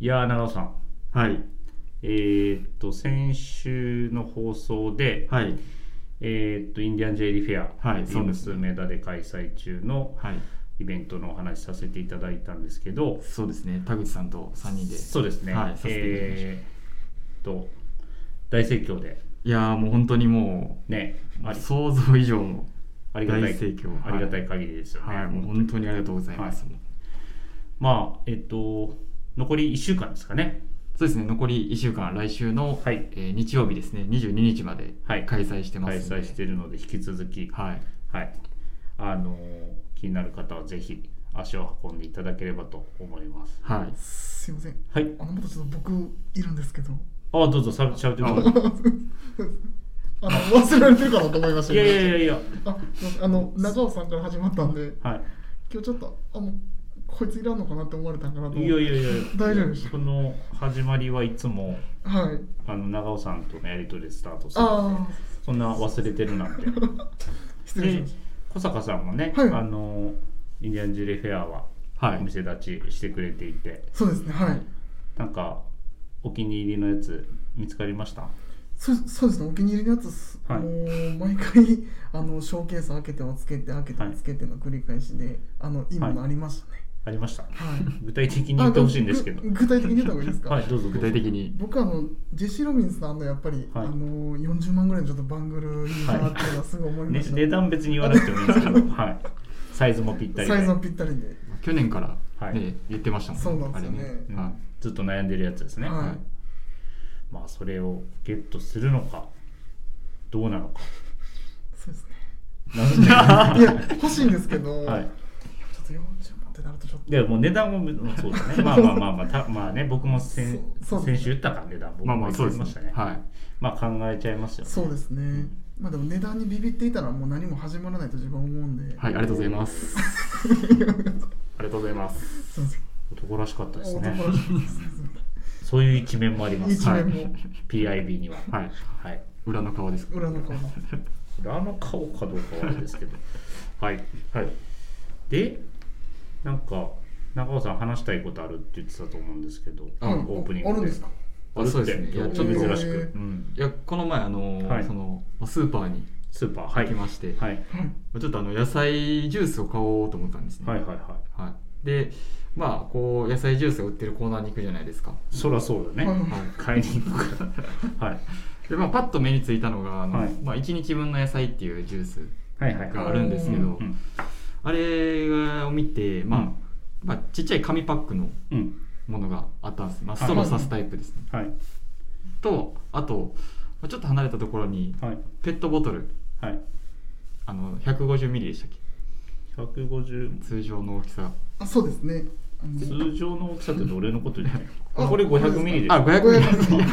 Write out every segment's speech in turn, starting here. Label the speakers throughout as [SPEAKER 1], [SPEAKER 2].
[SPEAKER 1] いやー、長尾さん。
[SPEAKER 2] はい。
[SPEAKER 1] えーっと、先週の放送で、
[SPEAKER 2] はい。
[SPEAKER 1] えーっと、インディアンジェイリーフェア、
[SPEAKER 2] はい
[SPEAKER 1] ビームス
[SPEAKER 2] そうですね
[SPEAKER 1] 梅田で開催中の
[SPEAKER 2] はい。
[SPEAKER 1] イベントのお話しさせていただいたんですけど、
[SPEAKER 2] そうですね。田口さんと三人で。
[SPEAKER 1] そうですね。
[SPEAKER 2] はい。させていただきました。
[SPEAKER 1] えーっと、大盛況で、
[SPEAKER 2] いやーもう本当にも
[SPEAKER 1] ね、
[SPEAKER 2] う、
[SPEAKER 1] あり
[SPEAKER 2] 想像以上の。
[SPEAKER 1] ありがたい
[SPEAKER 2] 大盛況
[SPEAKER 1] ありがたい限りですよね。
[SPEAKER 2] はい。もう本当にありがとうございます。もう
[SPEAKER 1] まあ、えっと、残り1週間ですかね。
[SPEAKER 2] そうですね。残り一週間、来週の、
[SPEAKER 1] はい
[SPEAKER 2] えー日曜日ですね。二十二日まで
[SPEAKER 1] は
[SPEAKER 2] 開
[SPEAKER 1] い
[SPEAKER 2] 催してま
[SPEAKER 1] 開
[SPEAKER 2] すんで。
[SPEAKER 1] 催しているので、引き続き、
[SPEAKER 2] はい。
[SPEAKER 1] はい、あのー気になる方はぜひ足を運んでいただければと思います。
[SPEAKER 2] はい。
[SPEAKER 3] すいません。
[SPEAKER 1] はい、
[SPEAKER 3] あの、またちょっと僕いるんですけど。
[SPEAKER 1] あどうぞしゃべってくださ
[SPEAKER 3] あの、忘れられてるかなと思いました
[SPEAKER 1] い。いやいやい
[SPEAKER 3] や。
[SPEAKER 1] やいや、
[SPEAKER 3] あ、あの、長尾さんから始まったんで、
[SPEAKER 1] は
[SPEAKER 3] 今日ちょっと、あの、こいついらんのかなって思われたんかなと思
[SPEAKER 1] い、い
[SPEAKER 3] って。
[SPEAKER 1] やいやいや、
[SPEAKER 3] 大丈夫です
[SPEAKER 1] この始まりはいつも
[SPEAKER 3] はい。
[SPEAKER 1] あの長尾さんとのやり取りでスタートするの
[SPEAKER 3] あ
[SPEAKER 1] で
[SPEAKER 3] あ、、
[SPEAKER 1] そんな忘れてるなんて。
[SPEAKER 3] 失礼し
[SPEAKER 1] で
[SPEAKER 3] まし、
[SPEAKER 1] 小坂さんもね、
[SPEAKER 3] はい
[SPEAKER 1] あのーインディアンジュレフェアは
[SPEAKER 2] は
[SPEAKER 1] お
[SPEAKER 2] い。
[SPEAKER 1] 店立ちしてくれていて、
[SPEAKER 3] た。そうですね。はい。
[SPEAKER 1] なんかお気に入りのやつ見つかりました？
[SPEAKER 3] そうそうですね、お気に入りのやつす、
[SPEAKER 1] はい
[SPEAKER 3] もう毎回あのショーケース開けてはつけて開けてはつけての繰り返しで、あのいいものありましたね。
[SPEAKER 1] ありました。
[SPEAKER 3] はい。
[SPEAKER 1] 具体的に言ってほしいんですけど
[SPEAKER 3] あ。ぐ具体的に言った方がいいですか。
[SPEAKER 1] はい、どうぞどうぞ
[SPEAKER 2] 具体的に。
[SPEAKER 3] 僕あのジェシー・ロビンスさんのやっぱり、
[SPEAKER 1] はい
[SPEAKER 3] あの40万ぐらいのちょっとバングルいいなっていうのはすごい思い
[SPEAKER 1] ね
[SPEAKER 3] ました、
[SPEAKER 1] 値段別に言わなくてもいいんですけ ど、はい、サイズもぴったりで
[SPEAKER 3] サイズもぴったりで、
[SPEAKER 2] 去年から、ね
[SPEAKER 1] はい
[SPEAKER 2] 言ってましたもん
[SPEAKER 3] そうなんですよね
[SPEAKER 2] あれ
[SPEAKER 1] う
[SPEAKER 2] ね。はい
[SPEAKER 1] ん。ずっと悩んでるやつですね、
[SPEAKER 3] はい
[SPEAKER 1] まあそれをゲットするのかどうなの か
[SPEAKER 3] そうですね
[SPEAKER 1] なんで
[SPEAKER 3] いや欲しいんですけ ど、
[SPEAKER 1] はい
[SPEAKER 3] ちょっと40万ってなるとちょっと
[SPEAKER 1] でもう値段もうんそうだねまあまあまあまあたまあね僕も先
[SPEAKER 3] そうそうですね
[SPEAKER 1] 先週言ったから値段僕
[SPEAKER 2] まあま
[SPEAKER 1] も
[SPEAKER 2] あ、
[SPEAKER 1] 言
[SPEAKER 2] そう
[SPEAKER 1] っ
[SPEAKER 2] で
[SPEAKER 1] て
[SPEAKER 2] す
[SPEAKER 1] ました
[SPEAKER 2] ね
[SPEAKER 1] ね。
[SPEAKER 2] はい。
[SPEAKER 1] まあ考えちゃいますよね
[SPEAKER 3] そうですねまあでも値段にビビっていたらもう何も始まらないと自分は思うんで、
[SPEAKER 2] はい、ありがとうございます。ありがとうございます。
[SPEAKER 3] すいません
[SPEAKER 1] 男らしかったですね
[SPEAKER 3] 男らしいですね
[SPEAKER 1] そういう一面もあります
[SPEAKER 3] 一面も
[SPEAKER 1] PIB には
[SPEAKER 2] はい。
[SPEAKER 1] はい
[SPEAKER 2] 裏の顔です。
[SPEAKER 3] 裏の顔
[SPEAKER 1] 裏の顔かどうかはあれですけどはいはいでなんか中尾さん話したいことあるって言ってたと思うんですけど
[SPEAKER 2] あ
[SPEAKER 1] オープニング
[SPEAKER 3] あるんですか
[SPEAKER 1] あるって
[SPEAKER 2] そうですねいや
[SPEAKER 1] ちょっと珍し
[SPEAKER 3] へ
[SPEAKER 1] く
[SPEAKER 3] ー、
[SPEAKER 1] うん
[SPEAKER 2] いや、この前、あのー
[SPEAKER 1] はい
[SPEAKER 2] その、スーパーに
[SPEAKER 1] スーパーはい
[SPEAKER 2] 行きまして、
[SPEAKER 1] はい
[SPEAKER 3] はい
[SPEAKER 2] ちょっとあの野菜ジュースを買おうと思ったんですね。
[SPEAKER 1] はいはいは
[SPEAKER 2] はいで、まあ、こう、野菜ジュースを売ってるコーナーに行くじゃないですか。
[SPEAKER 1] いそらそうだ
[SPEAKER 3] は
[SPEAKER 1] ね
[SPEAKER 3] い
[SPEAKER 2] は
[SPEAKER 1] 買いに行くからはい
[SPEAKER 2] い。で、まあ、パッと目についたのが、あの
[SPEAKER 1] はい
[SPEAKER 2] まあ、1日分の野菜っていうジュース
[SPEAKER 1] はいはい
[SPEAKER 2] が
[SPEAKER 1] は
[SPEAKER 2] あるんですけど、
[SPEAKER 3] お
[SPEAKER 1] いうん
[SPEAKER 2] あれを見て、まあ、
[SPEAKER 1] うん
[SPEAKER 2] まあ、ちっちゃい紙パックの
[SPEAKER 1] うん
[SPEAKER 2] ものがあったんです。まあ、
[SPEAKER 1] はい
[SPEAKER 2] ストローさすタイプですね。
[SPEAKER 1] はい
[SPEAKER 2] と、あと、まあちょっと離れたところに、
[SPEAKER 1] はい
[SPEAKER 2] ペットボトル、
[SPEAKER 1] はい
[SPEAKER 2] あの、150ミリでしたっけ
[SPEAKER 1] 150
[SPEAKER 2] 通常の大きさ。
[SPEAKER 3] あそうですねあの
[SPEAKER 1] 通常の大きさってどれのことじゃない
[SPEAKER 3] あ
[SPEAKER 1] これ500ミリで
[SPEAKER 2] あ、
[SPEAKER 1] す
[SPEAKER 2] 500ミリ。550で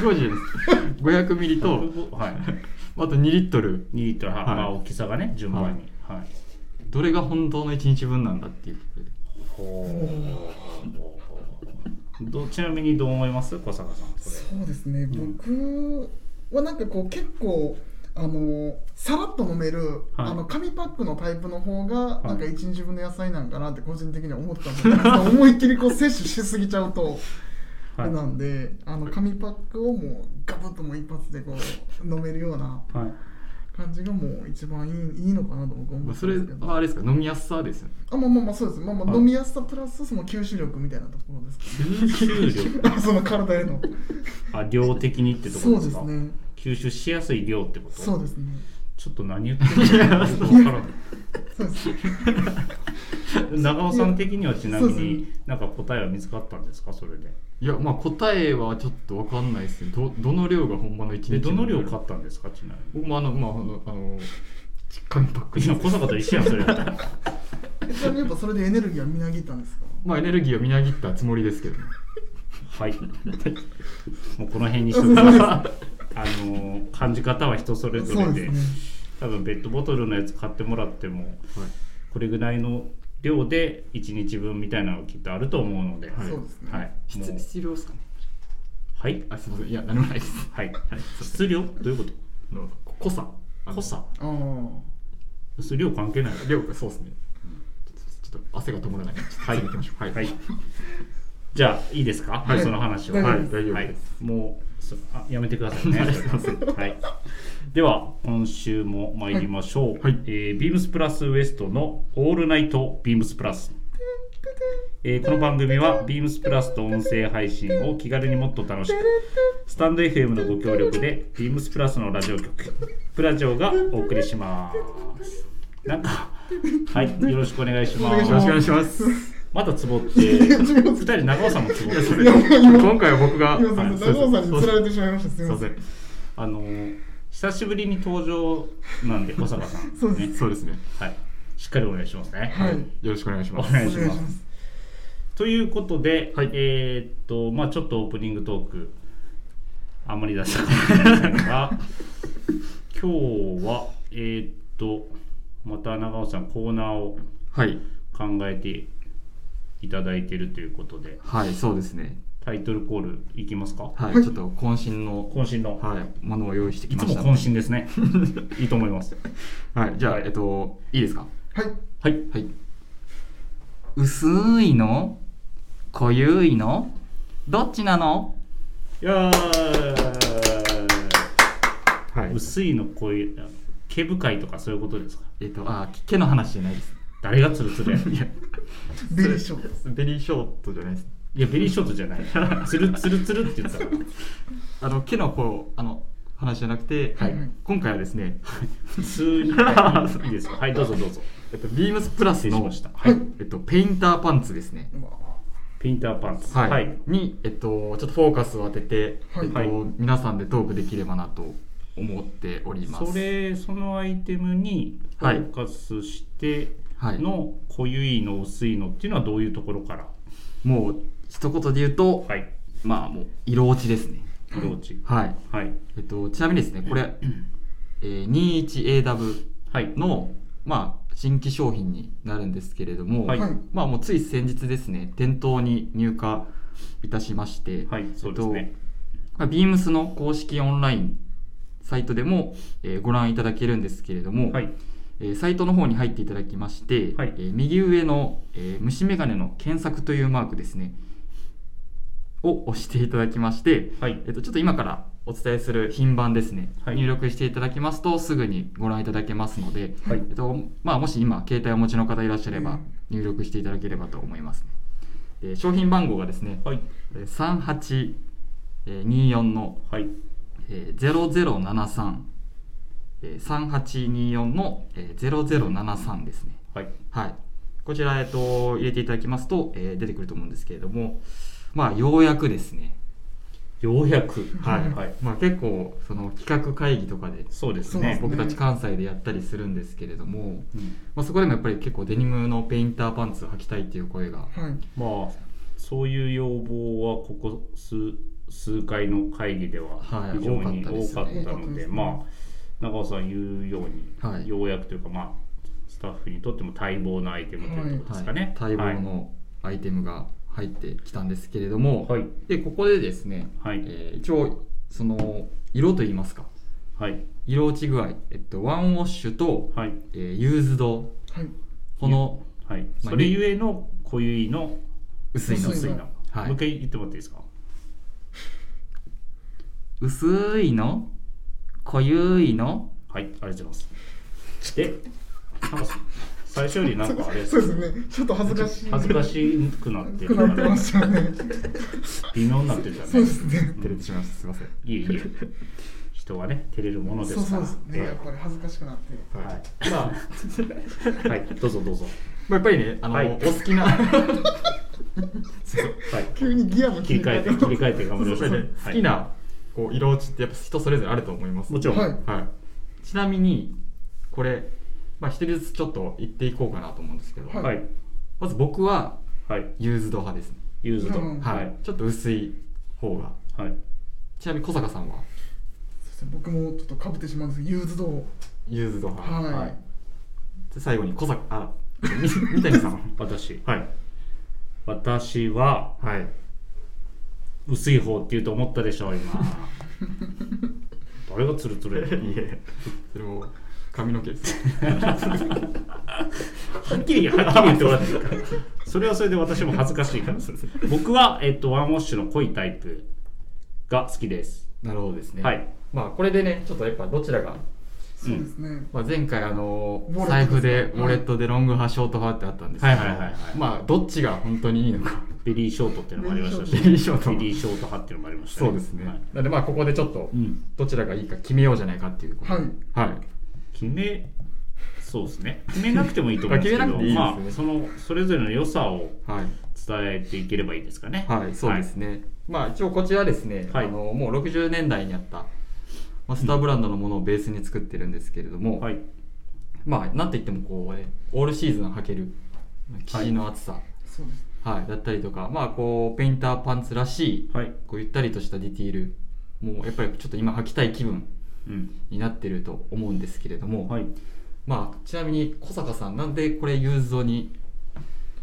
[SPEAKER 2] す。500ミリ と、
[SPEAKER 1] 150はい
[SPEAKER 2] あと2リットル。
[SPEAKER 1] 2リットルは、
[SPEAKER 2] はい
[SPEAKER 1] まあ、大きさがね順番にはい
[SPEAKER 2] どれが本当の1日分なんだっていうことで
[SPEAKER 1] ほうどちなみにどう思います小坂さんそれ
[SPEAKER 3] そうですね、
[SPEAKER 1] ん
[SPEAKER 3] 僕はなんかこう結構あのさらっと飲める、あの紙パックのタイプの方が
[SPEAKER 1] い
[SPEAKER 3] なんか一日分の野菜なんかなって個人的には思ったんですけど、なんか思いっきりこう摂取しすぎちゃうと。あれなんであの紙パックをもうガブッともう一発でこう飲めるような
[SPEAKER 1] はい
[SPEAKER 3] 感じがもう一番いいいいのかなと僕は思
[SPEAKER 2] ま
[SPEAKER 3] っ
[SPEAKER 2] あ
[SPEAKER 3] て
[SPEAKER 2] そ
[SPEAKER 3] ま
[SPEAKER 2] れ
[SPEAKER 3] すけど
[SPEAKER 2] はあれですか飲みやすさですよね
[SPEAKER 3] あまあまあまあそうですまあま
[SPEAKER 1] は
[SPEAKER 3] あ
[SPEAKER 1] い
[SPEAKER 3] 飲みやすさプラスその吸収力みたいなところですかね
[SPEAKER 1] 吸収力
[SPEAKER 3] あその体への
[SPEAKER 1] あ量的にってとこ
[SPEAKER 3] そ
[SPEAKER 1] ろ
[SPEAKER 3] う
[SPEAKER 1] です
[SPEAKER 3] で
[SPEAKER 1] か
[SPEAKER 3] すね
[SPEAKER 1] 吸収しやすい量ってこと
[SPEAKER 3] そうですね
[SPEAKER 1] ちょっと何言ってるのかよくわから ない
[SPEAKER 3] そうですね
[SPEAKER 1] 長尾さん的にはちなみ
[SPEAKER 3] そうで
[SPEAKER 1] になんか答えは見つかったんですかそれで
[SPEAKER 2] いやまあ答えはちょっと分かんないですねどどの量が本場の1日
[SPEAKER 1] で
[SPEAKER 2] 分
[SPEAKER 1] どの量買
[SPEAKER 2] か
[SPEAKER 1] ったんですかちなみ
[SPEAKER 2] 僕もあのまああのあの紙パック
[SPEAKER 1] にい
[SPEAKER 2] で
[SPEAKER 1] や小坂と一緒やんそれだったら
[SPEAKER 3] えちなみにやっぱそれでエネルギーはみなぎったんですか
[SPEAKER 2] まあエネルギーをみなぎったつもりですけどね
[SPEAKER 1] はい。もうこの辺にしときます。あの感じ方は人それぞ
[SPEAKER 3] そ
[SPEAKER 1] れ
[SPEAKER 3] う
[SPEAKER 1] で
[SPEAKER 3] ですね
[SPEAKER 1] 多分ペットボトルのやつ買ってもらっても
[SPEAKER 2] はい
[SPEAKER 1] これぐらいの量で1日分みたいなのがきっとあると思うので、は
[SPEAKER 2] はい
[SPEAKER 3] そうですね、
[SPEAKER 1] も
[SPEAKER 2] 質
[SPEAKER 1] う
[SPEAKER 2] 質量ですかね
[SPEAKER 1] はい
[SPEAKER 2] あすいませんいや何もないです
[SPEAKER 1] はい質量どういうこと
[SPEAKER 2] あのこ濃さあの
[SPEAKER 1] 濃さ
[SPEAKER 3] ああ
[SPEAKER 1] 質量関係ない
[SPEAKER 2] 量がそうですねちょっとちょっと汗が止まらないちょっと
[SPEAKER 1] はい
[SPEAKER 2] 次行きましょうはい、
[SPEAKER 1] はいじゃあいいですか、
[SPEAKER 3] はい
[SPEAKER 1] その話を
[SPEAKER 3] 大丈夫
[SPEAKER 2] はい大丈夫
[SPEAKER 1] はい
[SPEAKER 2] です、
[SPEAKER 1] もうそあやめてくださいねはい、では今週も参りましょう、
[SPEAKER 2] はい
[SPEAKER 1] えービームスプラスウエストの「オールナイトビームスプラス」えーこの番組はビームスプラスと音声配信を気軽にもっと楽しくスタンド FM のご協力でビームスプラスのラジオ局プラジオがお送りしますなんかはいよろしくお願いしま
[SPEAKER 3] お願い
[SPEAKER 1] す
[SPEAKER 3] し
[SPEAKER 2] よろ
[SPEAKER 3] ま
[SPEAKER 2] し
[SPEAKER 3] す
[SPEAKER 2] くお願いします
[SPEAKER 1] またツボって2人長尾さんもツボって
[SPEAKER 2] それ
[SPEAKER 1] る
[SPEAKER 2] 今回は僕が
[SPEAKER 3] 今さ
[SPEAKER 2] はい
[SPEAKER 3] ん長尾さんに
[SPEAKER 2] そう
[SPEAKER 3] 釣
[SPEAKER 2] そ
[SPEAKER 3] ら
[SPEAKER 2] う
[SPEAKER 3] れてしまいましたす
[SPEAKER 2] す
[SPEAKER 3] み
[SPEAKER 2] いま
[SPEAKER 3] ま
[SPEAKER 2] せ
[SPEAKER 3] せん
[SPEAKER 2] ん
[SPEAKER 1] あの久しぶりに登場なんで小坂さん、ね、
[SPEAKER 3] そうです
[SPEAKER 2] そうですね
[SPEAKER 1] はいしっかりお願いしますね、
[SPEAKER 3] はい
[SPEAKER 2] よろしくお願いし
[SPEAKER 1] お
[SPEAKER 2] ます
[SPEAKER 1] 願いし
[SPEAKER 3] お願
[SPEAKER 1] ま
[SPEAKER 3] い
[SPEAKER 1] す
[SPEAKER 3] します
[SPEAKER 1] ということで、
[SPEAKER 2] はい
[SPEAKER 1] えーっとまあちょっとオープニングトークあんまり出したかもしれませんが今日はえーっとまた長尾さんコーナーを
[SPEAKER 2] はい
[SPEAKER 1] 考えていただいてるということで
[SPEAKER 2] はいそうですね
[SPEAKER 1] タイトルコールいきますか
[SPEAKER 2] はい、
[SPEAKER 3] はい
[SPEAKER 2] ちょっと渾身の、
[SPEAKER 1] 渾身の、
[SPEAKER 2] はい、ものを用意してき
[SPEAKER 1] い
[SPEAKER 2] ま
[SPEAKER 1] つ
[SPEAKER 2] し
[SPEAKER 1] も
[SPEAKER 2] た
[SPEAKER 1] 渾身ですねいいと思います
[SPEAKER 2] はいじゃあ、
[SPEAKER 1] はい
[SPEAKER 2] えっといいですか
[SPEAKER 3] はい
[SPEAKER 1] はい
[SPEAKER 2] はい薄いの濃ゆいのどっちなの
[SPEAKER 1] やー
[SPEAKER 2] は
[SPEAKER 1] 薄いのこういう毛深いとかそういうことですか
[SPEAKER 2] えっとあ毛の話じゃないです
[SPEAKER 1] 誰がツルツルやねん
[SPEAKER 2] いや
[SPEAKER 3] ベリーショー
[SPEAKER 2] ベリーショートじゃないです
[SPEAKER 1] いやベリーショートじゃないツルツルツルって言ってたから
[SPEAKER 2] あの毛のこうあの話じゃなくて、
[SPEAKER 3] はい
[SPEAKER 2] 今回はですね、
[SPEAKER 1] 普通にいいですよはいどうぞどうぞ
[SPEAKER 2] えっと、ビームスプラス
[SPEAKER 1] 失礼し
[SPEAKER 2] の
[SPEAKER 1] ましたはい
[SPEAKER 2] えっと、ペインターパンツですね、
[SPEAKER 3] うわ
[SPEAKER 1] ピンターパンツ
[SPEAKER 2] はいに、えっと、ちょっとフォーカスを当てて、
[SPEAKER 3] はい
[SPEAKER 2] えっと
[SPEAKER 1] はい
[SPEAKER 2] 皆さんでトークできればなと思っております。
[SPEAKER 1] それそのアイテムにフ
[SPEAKER 2] はい
[SPEAKER 1] ォーカスして
[SPEAKER 2] はい、
[SPEAKER 1] の濃ゆいの薄いのっていうのはどういうところから
[SPEAKER 2] もう一言で言うと、
[SPEAKER 1] はい
[SPEAKER 2] まあもう色落ちですね。
[SPEAKER 1] 色落ち
[SPEAKER 2] はい
[SPEAKER 1] はい
[SPEAKER 2] えっと、ちなみにですねこ れ、えー 21AW
[SPEAKER 1] はい
[SPEAKER 2] の、まあ、新規商品になるんですけれども、
[SPEAKER 1] はい
[SPEAKER 3] はい
[SPEAKER 2] まあ、もうつい先日ですね店頭に入荷いたしまして、
[SPEAKER 1] はいそうですね
[SPEAKER 2] まあ、ビームスの公式オンラインサイトでも、えーご覧いただけるんですけれども、
[SPEAKER 1] はい
[SPEAKER 2] えーサイトの方に入っていただきまして、
[SPEAKER 1] はい
[SPEAKER 2] えー右上の、えー虫眼鏡の検索というマークですねを押していただきまして、
[SPEAKER 1] はい
[SPEAKER 2] えっと、ちょっと今からお伝えする品番ですね、
[SPEAKER 1] はい
[SPEAKER 2] 入力していただきますとすぐにご覧いただけますので、
[SPEAKER 1] はい
[SPEAKER 2] えっとまあ、もし今携帯をお持ちの方いらっしゃれ
[SPEAKER 3] う
[SPEAKER 2] ば
[SPEAKER 3] ん
[SPEAKER 2] 入力していただければと思います、ねで商品番号がですね
[SPEAKER 1] はい
[SPEAKER 2] えー3824の
[SPEAKER 1] はい
[SPEAKER 2] えー0073えー3824のえー0073ですね
[SPEAKER 1] はい
[SPEAKER 2] はい、こちら、えっと、入れていただきますと、えー出てくると思うんですけれども、まあ、ようやくですね、
[SPEAKER 1] ようやく
[SPEAKER 3] はい
[SPEAKER 1] はい
[SPEAKER 2] まあ、結構その企画会議とかで
[SPEAKER 1] そうです
[SPEAKER 3] そう
[SPEAKER 1] ね
[SPEAKER 3] ですね
[SPEAKER 2] 僕たち関西でやったりするんですけれども、
[SPEAKER 1] うん
[SPEAKER 2] まあ、そこでもやっぱり結構デニムのペインターパンツを履きたいっていう声が、
[SPEAKER 3] はい
[SPEAKER 1] まあそういう要望はここ数数回の会議では
[SPEAKER 2] はい
[SPEAKER 1] 非常に
[SPEAKER 2] 多かったで
[SPEAKER 1] 多
[SPEAKER 2] す
[SPEAKER 1] か
[SPEAKER 2] ね
[SPEAKER 1] ったので,、まあ長尾さん言うように、
[SPEAKER 2] はい
[SPEAKER 1] ようやくというかまあスタッフにとっても待望のアイテムということですかね。
[SPEAKER 2] はい、待望のアイテムが入ってきたんですけれども、
[SPEAKER 1] はい
[SPEAKER 2] でここでですね、
[SPEAKER 1] はい
[SPEAKER 2] えー一応その色といいますか
[SPEAKER 1] はい
[SPEAKER 2] 色落ち具合、えっと、ワンウォッシュと、
[SPEAKER 1] はい
[SPEAKER 2] えーユーズド
[SPEAKER 3] はい
[SPEAKER 2] この
[SPEAKER 1] はい、
[SPEAKER 2] まあ
[SPEAKER 1] それゆえの固有意の
[SPEAKER 2] 薄いの
[SPEAKER 1] 薄いの、
[SPEAKER 2] はい
[SPEAKER 1] もう一回言ってもらっていいですか
[SPEAKER 2] 薄いの濃ゆいの
[SPEAKER 1] はいありがとうございますでなんか最初よりなんかあれ
[SPEAKER 3] そうですねちょっと恥ずかしい
[SPEAKER 1] 恥ずかしくなって
[SPEAKER 3] くなってましたね
[SPEAKER 1] 微妙になってるじゃな
[SPEAKER 3] そ
[SPEAKER 1] いう
[SPEAKER 3] ですね
[SPEAKER 2] 照れてしまいましたすいません
[SPEAKER 1] いえいえ、人はね、照れるもので
[SPEAKER 3] そう
[SPEAKER 1] すか
[SPEAKER 3] そう
[SPEAKER 1] ら。
[SPEAKER 3] ですねやっ
[SPEAKER 1] は
[SPEAKER 3] ぱり恥ずかしくなって
[SPEAKER 1] いは
[SPEAKER 2] まあ
[SPEAKER 1] い、はい、どうぞどうぞ。
[SPEAKER 2] まあやっぱりねあの、
[SPEAKER 1] はい
[SPEAKER 2] お好きな
[SPEAKER 1] はい、
[SPEAKER 3] 急にギアの
[SPEAKER 1] 切り替えて、切り替えて頑張りましょう。
[SPEAKER 2] 好きなこう色落ちってやっぱ人それぞれあると思います
[SPEAKER 1] もちろん
[SPEAKER 3] はい
[SPEAKER 2] はい、ちなみにこれ、まあ、一人ずつちょっと言っていこうかなと思うんですけど、
[SPEAKER 1] はい、はい、
[SPEAKER 2] まず僕は
[SPEAKER 1] はい、
[SPEAKER 2] ユーズド派ですね、
[SPEAKER 1] ユーズと、
[SPEAKER 3] うん
[SPEAKER 1] は
[SPEAKER 2] はい
[SPEAKER 1] い、
[SPEAKER 2] ちょっと薄い方が
[SPEAKER 1] はい、
[SPEAKER 2] ちなみに小坂さんは
[SPEAKER 3] 僕もちょっとかぶってしまうんですけどユーズドを
[SPEAKER 2] ユーズド派、
[SPEAKER 3] はい
[SPEAKER 2] で最後に小坂あみ三谷さんは
[SPEAKER 1] 私、
[SPEAKER 2] はい
[SPEAKER 1] 私 は
[SPEAKER 2] はい
[SPEAKER 1] 薄い方って言うと思ったでしょう、 今。誰がツルツルやねん
[SPEAKER 2] いえそれも髪の毛です
[SPEAKER 1] はっきりはっきり言ってもらっていいかそれはそれで私も恥ずかしいから僕は、えっと、ワンウォッシュの濃いタイプが好きです
[SPEAKER 2] なるほどですね。
[SPEAKER 1] はい。
[SPEAKER 2] まあこれでね、ちょっとやっぱどちらが、
[SPEAKER 3] そうですね。
[SPEAKER 2] まあ、前回あの
[SPEAKER 3] ウォレットですか
[SPEAKER 2] 財布でウォレットでロング派、ショート派ってあったんですけど、
[SPEAKER 1] はいはいはいはい
[SPEAKER 2] まあどっちが本当にいいのか。
[SPEAKER 1] ベリーショートっていうのもありましたし
[SPEAKER 2] ベリーショート
[SPEAKER 1] ベリーショート派っていうのもありました
[SPEAKER 2] そうですね。
[SPEAKER 1] はい
[SPEAKER 2] なのでまあここでちょっと
[SPEAKER 1] うん
[SPEAKER 2] どちらがいいか決めようじゃないかっていうこと。
[SPEAKER 3] はい
[SPEAKER 2] はい。
[SPEAKER 1] 決めそうですね決めなくてもいいと思うんですけど
[SPEAKER 2] 決めなくていいですね
[SPEAKER 1] まあそのそれぞれの良さを
[SPEAKER 2] はい。
[SPEAKER 1] 伝えていければいいですかね
[SPEAKER 2] はい、そうですね。まあ一応こちらですね、
[SPEAKER 1] はい
[SPEAKER 2] あのもう60年代にあったマスターブランドのものをベースに作ってるんですけれども、
[SPEAKER 1] はい、
[SPEAKER 2] まあなんといってもこう、ね、オールシーズン履ける生地の厚さ、
[SPEAKER 3] そうです。
[SPEAKER 2] はい、だったりとか、まあこうペインターパンツらしい、
[SPEAKER 1] はい
[SPEAKER 2] こうゆったりとしたディティール、もうやっぱりちょっと今履きたい気分
[SPEAKER 1] うん
[SPEAKER 2] になってると思うんですけれども、
[SPEAKER 1] はい、
[SPEAKER 2] まあちなみに小坂さんなんでこれユーズドに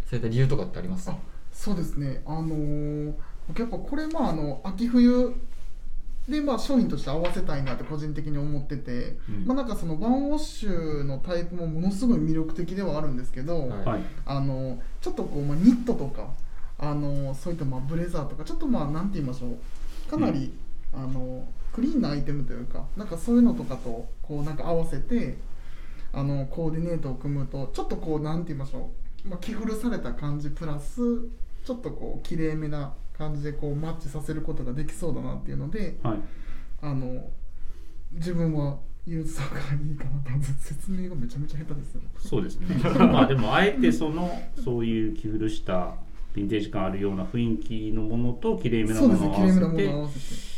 [SPEAKER 2] された理由とかってありますか
[SPEAKER 3] あ？そうですね。あのー僕やっぱこれまああの秋冬でまあ商品として合わせたいなって個人的に思ってて、
[SPEAKER 1] うん
[SPEAKER 3] まあなんかそのワンウォッシュのタイプもものすごい魅力的ではあるんですけど、
[SPEAKER 2] はい
[SPEAKER 1] はい
[SPEAKER 3] あのちょっとこう、まあ、ニットとかあのそういったまあブレザーとかちょっとまあなんて言いましょうかなり、あのクリーンなアイテムというかなんかそういうのとかとこうなんか合わせてあのコーディネートを組むとちょっとこうなんて言いましょう、まあ、着古された感じプラスちょっとこう綺麗めな感じでこうマッチさせることができそうだなっていうので
[SPEAKER 1] はい
[SPEAKER 3] あの自分はユーズーがいいかなと説明がめちゃめちゃ下手ですよね。
[SPEAKER 1] そうですねまあでもあえてそのそういう着古したヴィンテージ感あるような雰囲気のものときれいめな
[SPEAKER 3] そう
[SPEAKER 1] も
[SPEAKER 3] です
[SPEAKER 1] の
[SPEAKER 3] ね
[SPEAKER 1] を
[SPEAKER 3] 綺麗めな
[SPEAKER 1] 合わせて
[SPEAKER 3] ものを合わせて。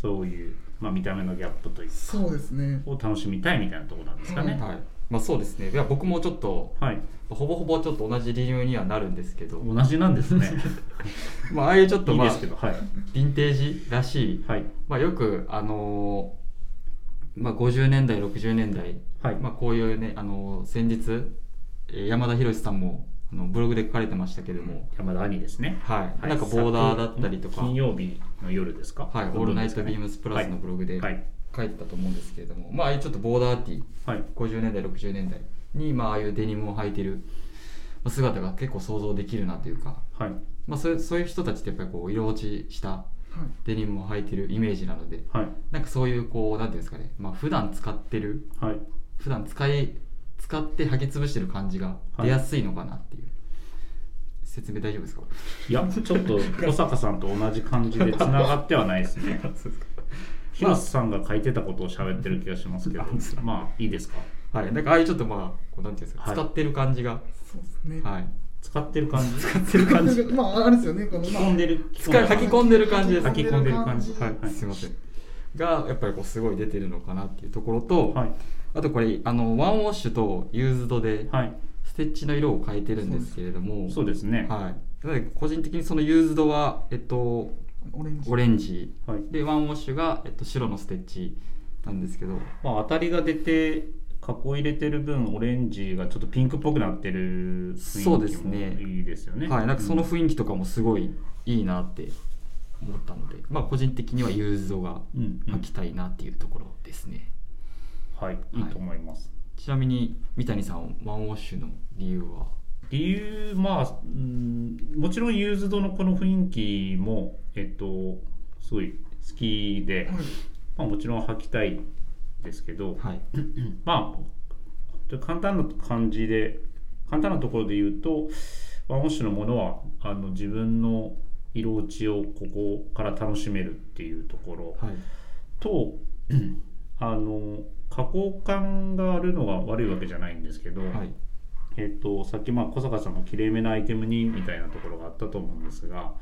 [SPEAKER 1] そういう、まあ、見た目のギャップという
[SPEAKER 3] そうですね。
[SPEAKER 1] を楽しみたいみたいなところなんですかね、
[SPEAKER 2] はい。まあそうですね。いや僕もちょっと
[SPEAKER 1] はい、
[SPEAKER 2] ほぼほぼちょっと同じ理由にはなるんですけど、
[SPEAKER 1] 同じなんです ね
[SPEAKER 2] まあああいうちょっと
[SPEAKER 1] いい
[SPEAKER 2] まあ
[SPEAKER 1] ですけどはい
[SPEAKER 2] ヴィンテージらしい、
[SPEAKER 1] はい
[SPEAKER 2] まあよくあのーまあ50年代60年代
[SPEAKER 1] はい、
[SPEAKER 2] まあ、こういうね、あの先日、えー山田博さんもあのブログで書かれてましたけども、
[SPEAKER 1] 山田兄ですね
[SPEAKER 2] はい、
[SPEAKER 1] はい
[SPEAKER 2] なんかボーダーだったりとか、
[SPEAKER 1] 昨金曜日の夜ですか
[SPEAKER 2] はい、オールナイトビームスプラスのブログで
[SPEAKER 1] はいはい
[SPEAKER 2] 書いてたと思うんですけれども、まあああいうちょっとボーダーティー、
[SPEAKER 1] はい
[SPEAKER 2] 50年代、60年代に、まあああいうデニムを履いてるまあ姿が結構想像できるなというか、
[SPEAKER 1] はい
[SPEAKER 2] まあ、そういうそういう人たちってやっぱりこう色落ちした
[SPEAKER 3] はい。
[SPEAKER 2] デニムを履いてるイメージなので、
[SPEAKER 1] はい
[SPEAKER 2] なんかそういうこう、なんていうんですかね、まあ普段使ってる
[SPEAKER 1] はい
[SPEAKER 2] 普段使い使って履き潰してる感じが出やすいのかなっていう、説明大丈夫ですか
[SPEAKER 1] いやちょっと小坂さんと同じ感じでつながってはないです ね広瀬さんが書いてたことを喋ってる気がしますけどまあいいですか
[SPEAKER 2] はいなんかああいうちょっとまあこうなんていうんですか、
[SPEAKER 1] はい
[SPEAKER 2] 使ってる感じが
[SPEAKER 3] そうですね。
[SPEAKER 2] はい
[SPEAKER 1] 使ってる感じ
[SPEAKER 2] 使ってる 感じ
[SPEAKER 3] まあ、あれですよね、この、
[SPEAKER 1] 着
[SPEAKER 3] ま
[SPEAKER 1] 込んでる
[SPEAKER 2] 使い
[SPEAKER 1] 着込
[SPEAKER 2] 履
[SPEAKER 1] ん
[SPEAKER 2] き
[SPEAKER 1] でる
[SPEAKER 2] 込んでる感じです
[SPEAKER 1] 履き込んでる感じ
[SPEAKER 2] はい、
[SPEAKER 1] はい
[SPEAKER 2] すいませんがやっぱりこうすごい出てるのかなっていうところと、
[SPEAKER 1] はい
[SPEAKER 2] あとこれあのワンウォッシュとユーズドで
[SPEAKER 1] はい
[SPEAKER 2] ステッチの色を変えてるんですけれども
[SPEAKER 1] そうですね
[SPEAKER 2] はいなので個人的にそのユーズドはえっと
[SPEAKER 3] オレンジ。
[SPEAKER 2] オレンジ
[SPEAKER 1] はい
[SPEAKER 2] でワンウォッシュが、えっと、白のステッチなんですけど
[SPEAKER 1] まあ当たりが出て囲い入れてる分オレンジがちょっとピンクっぽくなってる
[SPEAKER 2] そう
[SPEAKER 1] 雰囲
[SPEAKER 2] で
[SPEAKER 1] 気
[SPEAKER 2] す
[SPEAKER 1] も
[SPEAKER 2] ね
[SPEAKER 1] いいですよね
[SPEAKER 2] はい、なんかそうの雰囲気とかもすごいいいなって思ったので、まあ個人的にはユーズドが
[SPEAKER 1] うんうん
[SPEAKER 2] 履きたいなっていうところですね、
[SPEAKER 1] はいいいと思います
[SPEAKER 2] ちなみに三谷さんワンウォッシュの理由は
[SPEAKER 1] 理由まあ、うん、もちろんユーズドのこの雰囲気もえっとすごい好きで、
[SPEAKER 3] はい。
[SPEAKER 1] まあ、もちろん履きたいですけど、
[SPEAKER 2] はい
[SPEAKER 1] まあ簡単な感じで簡単なところで言うとワンウォッシュのものはあの自分の色落ちをここから楽しめるっていうところ
[SPEAKER 2] はい
[SPEAKER 1] と、あの加工感があるのが悪いわけじゃないんですけど、
[SPEAKER 2] はい
[SPEAKER 1] えっと、さっきまあ小坂さんもきれいめなアイテムにみたいなところがあったと思うんですが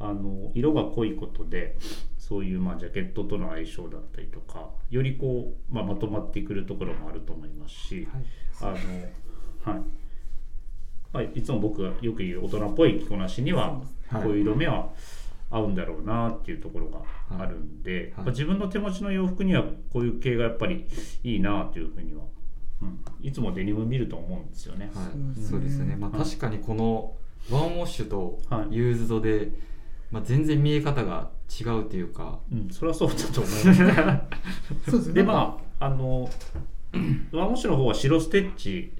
[SPEAKER 1] あの色が濃いことでそういうまあジャケットとの相性だったりとかよりこう、まあ、まとまってくるところもあると思いますし、あのはいまあ、いつも僕がよく言う大人っぽい着こなしには
[SPEAKER 2] はい
[SPEAKER 1] こういう色目は合うんだろうなっていうところがあるんで、
[SPEAKER 2] い
[SPEAKER 1] やっぱ自分の手持ちの洋服にはこういう系がやっぱりいいなっていうふうには、うん、いつもデニム見ると思うんですよね。
[SPEAKER 2] はいそ
[SPEAKER 3] そうう
[SPEAKER 2] で
[SPEAKER 3] ですす
[SPEAKER 2] よ
[SPEAKER 3] ね
[SPEAKER 2] ね、まあ、
[SPEAKER 1] はい
[SPEAKER 2] 確かにこのワンウォッシュと
[SPEAKER 1] はい
[SPEAKER 2] ユーズドで、まあ、全然見え方が違うというか
[SPEAKER 1] うん、それはそうだと思いま
[SPEAKER 3] そうです
[SPEAKER 1] す。
[SPEAKER 3] ね。
[SPEAKER 1] でまああのワンウォッシュの方は白ステッチ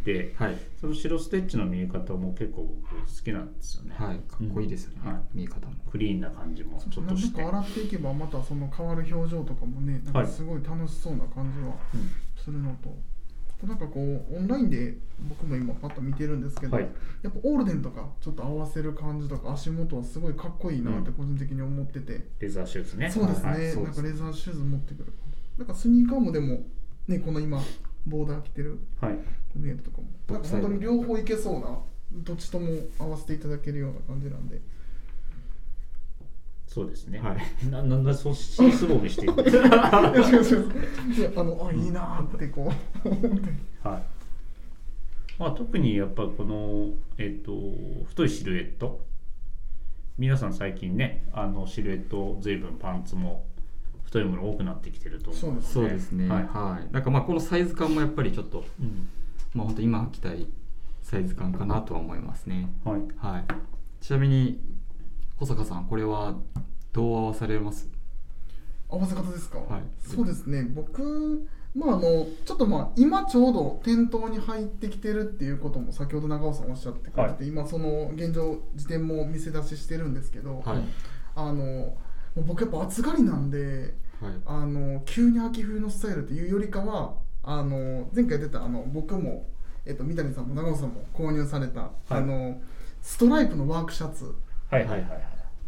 [SPEAKER 1] って
[SPEAKER 2] はい、
[SPEAKER 1] その白ステッチの見え方も結構僕好きなんですよね、
[SPEAKER 2] はい、かっこいいですよね、
[SPEAKER 1] うんはい
[SPEAKER 2] 見え方も
[SPEAKER 1] クリーンな感じもちょっとして
[SPEAKER 3] なんか洗っていけばまたその変わる表情とかもねなんかすごい楽しそうな感じは
[SPEAKER 1] うん
[SPEAKER 3] するのと、あとなんかこうオンラインで僕も今パッと見てるんですけど、
[SPEAKER 1] はい
[SPEAKER 3] やっぱオールデンとかちょっと合わせる感じとか足元はすごいかっこいいなって個人的に思ってて、
[SPEAKER 1] レザーシューズね
[SPEAKER 3] そうですね、
[SPEAKER 1] はい
[SPEAKER 2] そう
[SPEAKER 3] な
[SPEAKER 2] で
[SPEAKER 3] ん
[SPEAKER 2] す
[SPEAKER 3] か
[SPEAKER 2] ね
[SPEAKER 3] レザーシューズ持ってくるなんかスニーカーもでもねこの今ボーダー着てる
[SPEAKER 1] はい
[SPEAKER 3] ネイルとかもなんか本当に両方いけそうなどっちとも合わせていただけるような感じなん で
[SPEAKER 1] そうですね、
[SPEAKER 2] は
[SPEAKER 1] な なんだそうしスローにしていく
[SPEAKER 3] いや違う違ういやあのあいいなーってこう思って
[SPEAKER 1] はいまあ、特にやっぱこの、えっと太いシルエット皆さん最近ねあのシルエット随分パンツも太いもの多くなってきてると思うので
[SPEAKER 2] そうですね、
[SPEAKER 1] は
[SPEAKER 2] はいい、なんかまあこのサイズ感もやっぱりちょっと、
[SPEAKER 1] うん
[SPEAKER 2] まあ本当今履きたいサイズ感かなとは思いますね。
[SPEAKER 1] はい、
[SPEAKER 2] はい。ちなみに小坂さんこれはどう合わされます？
[SPEAKER 3] 合わせ方ですか、
[SPEAKER 2] はい
[SPEAKER 3] そうですね僕まああのちょっとまあ今ちょうど店頭に入ってきてるっていうことも先ほど長尾さんおっしゃってくれ
[SPEAKER 1] は
[SPEAKER 3] て、今その現状時点も見せ出ししてるんですけど、
[SPEAKER 2] はい。
[SPEAKER 3] あのもう僕やっぱ暑がりなんで
[SPEAKER 2] はい。
[SPEAKER 3] あの急に秋冬のスタイルっていうよりかはあの前回出たあの僕も、えっと、三谷さんも長尾さんも購入された、あのストライプのワークシャツ
[SPEAKER 1] はいはいはいはい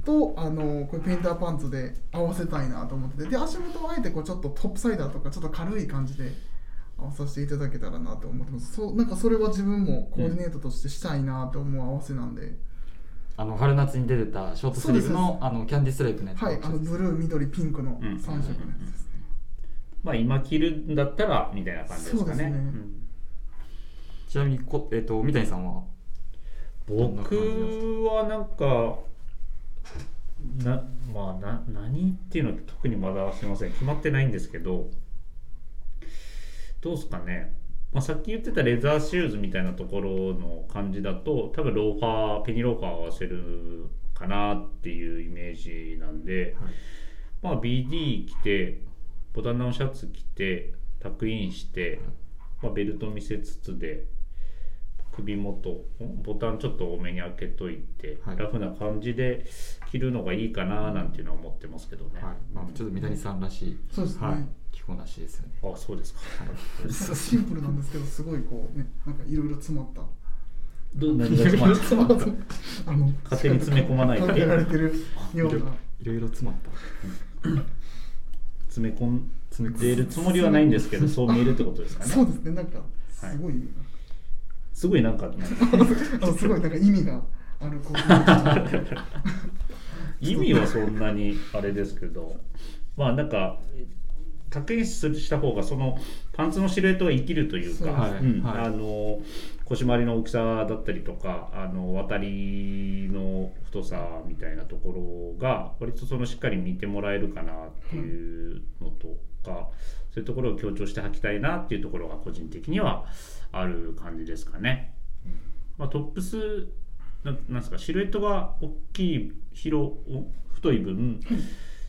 [SPEAKER 3] とあのこれペインターパンツで合わせたいなと思っててで足元はあえてこうちょっとトップサイダーとかちょっと軽い感じで合わさせていただけたらなと思ってますそうなんかそれは自分もコーディネートとしてしたいなと思う合わせなんで、
[SPEAKER 2] あの春夏に出てたショートスリーブ
[SPEAKER 3] そうで
[SPEAKER 2] のあのキャンディーストライプのやつ。
[SPEAKER 3] はいあのブルー緑ピンクの
[SPEAKER 1] うん
[SPEAKER 3] 3色のやつですね、
[SPEAKER 1] まあ今着るんだったらみたいな感じですか
[SPEAKER 3] そうで
[SPEAKER 1] ね
[SPEAKER 3] すね
[SPEAKER 1] うん
[SPEAKER 2] ちなみにこえっ、と三谷さんは
[SPEAKER 1] 僕はなんかなまあな何っていうのは特にまだすいません決まってないんですけどどうですかね、まあ、さっき言ってたレザーシューズみたいなところの感じだと多分ローファーペニローファーを合わせるかなっていうイメージなんで、
[SPEAKER 2] はい
[SPEAKER 1] まあ BD 着てボタンダウンシャツ着てタックインして、まあ、ベルト見せつつで首元んボタンちょっと多めに開けといて、
[SPEAKER 2] はい
[SPEAKER 1] ラフな感じで着るのがいいかななんていうのは思ってますけどね、
[SPEAKER 2] はい。まあちょっと三谷さんらしい、
[SPEAKER 3] そうですね、
[SPEAKER 2] はい、着こなしですよね。
[SPEAKER 1] あそうですか
[SPEAKER 2] はい。
[SPEAKER 3] シンプルなんですけどすごいこうねなんかいろいろ詰まった
[SPEAKER 1] ど う何がつまんですか
[SPEAKER 3] あの
[SPEAKER 1] 勝手に詰め込まないで
[SPEAKER 3] 考えられてるようない
[SPEAKER 2] ろいろ詰まった。
[SPEAKER 1] 詰め込ん
[SPEAKER 2] 詰め込ん
[SPEAKER 1] でいるつもりはないんですけどそう見えるってことですかね
[SPEAKER 3] そうですねなんかすごい、
[SPEAKER 1] すごいなんか
[SPEAKER 3] あのすごいなんか意味があるコーディネートな
[SPEAKER 1] 意味はそんなにあれですけどまあなんか確認するした方がそのパンツのシルエットが生きるというか
[SPEAKER 3] そう
[SPEAKER 2] です
[SPEAKER 1] う
[SPEAKER 2] ね
[SPEAKER 1] ん
[SPEAKER 2] はい
[SPEAKER 1] あの腰回りの大きさだったりとかあの渡りの太さみたいなところが割とそのしっかり見てもらえるかなっていうのとか、そういうところを強調して履きたいなっていうところが個人的にはある感じですかね。まあ、トップスななんですかシルエットが大きい広お太い分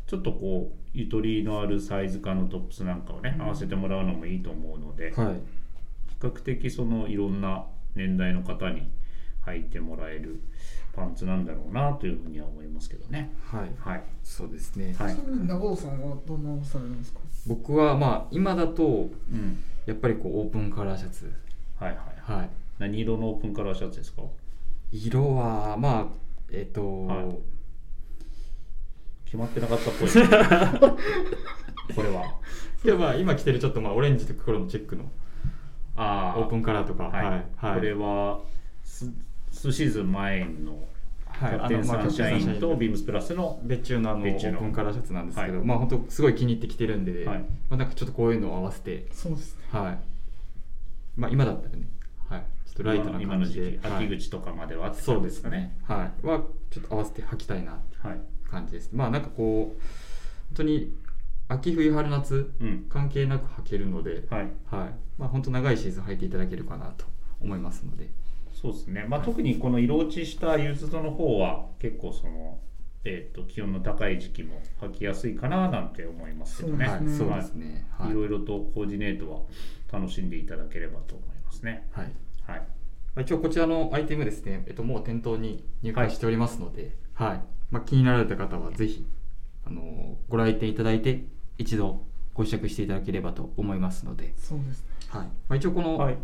[SPEAKER 1] ちょっとこうゆとりのあるサイズ感のトップスなんかをね、
[SPEAKER 3] うん
[SPEAKER 1] 合わせてもらうのもいいと思うので、比
[SPEAKER 2] はい。
[SPEAKER 1] 較的そのいろんな年代の方に履いてもらえるパンツなんだろうなというふうには思いますけどね。
[SPEAKER 2] はい。
[SPEAKER 1] はい、
[SPEAKER 2] そうですね。
[SPEAKER 1] はい
[SPEAKER 3] ちなみに長尾さんはどんなおされるんですか
[SPEAKER 2] 僕はまあ今だと
[SPEAKER 1] うん
[SPEAKER 2] やっぱりこうオープンカラーシャツ。
[SPEAKER 1] はいはいはい、
[SPEAKER 2] はい。
[SPEAKER 1] 何色のオープンカラーシャツですか
[SPEAKER 2] 色はまあえっ、と、
[SPEAKER 1] はい決まってなかったっぽいですねこれは
[SPEAKER 2] でまあ今着てるちょっとまあオレンジと黒のチェックの
[SPEAKER 1] あ
[SPEAKER 2] オープンカラーと
[SPEAKER 1] は
[SPEAKER 2] か
[SPEAKER 1] い、
[SPEAKER 2] はいはい
[SPEAKER 1] これはす数シーズン前のキ
[SPEAKER 2] はい
[SPEAKER 1] ャプテンサンシャインとビームスプラスの、
[SPEAKER 2] 別注のあのオ
[SPEAKER 1] 別注の
[SPEAKER 2] ープンカラーシャツなんですけど、
[SPEAKER 1] はい
[SPEAKER 2] まあ本当すごい気に入ってきてるんで、
[SPEAKER 1] はい
[SPEAKER 2] まあなんかちょっとこういうのを合わせて
[SPEAKER 3] そうですね
[SPEAKER 2] はいまあ今だったらねはいちょっとライトな
[SPEAKER 1] 今の
[SPEAKER 2] 感
[SPEAKER 1] 時
[SPEAKER 2] じで
[SPEAKER 1] 期、
[SPEAKER 2] はい
[SPEAKER 1] 秋口とかまではって
[SPEAKER 2] そ
[SPEAKER 1] 感
[SPEAKER 2] う
[SPEAKER 1] じ
[SPEAKER 2] ですね。はいはちょっと合わせて履きたいなって
[SPEAKER 1] はい、
[SPEAKER 2] 感じですまあなんかこう本当に秋冬春夏
[SPEAKER 1] うん、
[SPEAKER 2] 関係なく履けるので、
[SPEAKER 1] はい、
[SPEAKER 2] はいまあ本当長いシーズン履いていただけるかなと思いますので
[SPEAKER 1] そうですね。まあ特にこの色落ちしたユーズドの方は結構そのえっ、と気温の高い時期も履きやすいかななんて思いますけどね。
[SPEAKER 3] そ
[SPEAKER 2] は
[SPEAKER 3] う
[SPEAKER 2] い、
[SPEAKER 3] です
[SPEAKER 2] そ
[SPEAKER 3] ね
[SPEAKER 2] うですね。はい
[SPEAKER 1] いろいろとコーディネートは楽しんでいただければと思いますね。
[SPEAKER 2] はい。
[SPEAKER 1] はい。
[SPEAKER 2] まあ一応こちらのアイテムですね、えっと、もう店頭に入荷しておりますので、はいまあ、気になられた方はぜひ、あのご来店いただいて一度ご試着していただければと思いますので、
[SPEAKER 3] そうですね
[SPEAKER 2] はいまあ、一応こ
[SPEAKER 1] は
[SPEAKER 2] の
[SPEAKER 1] い。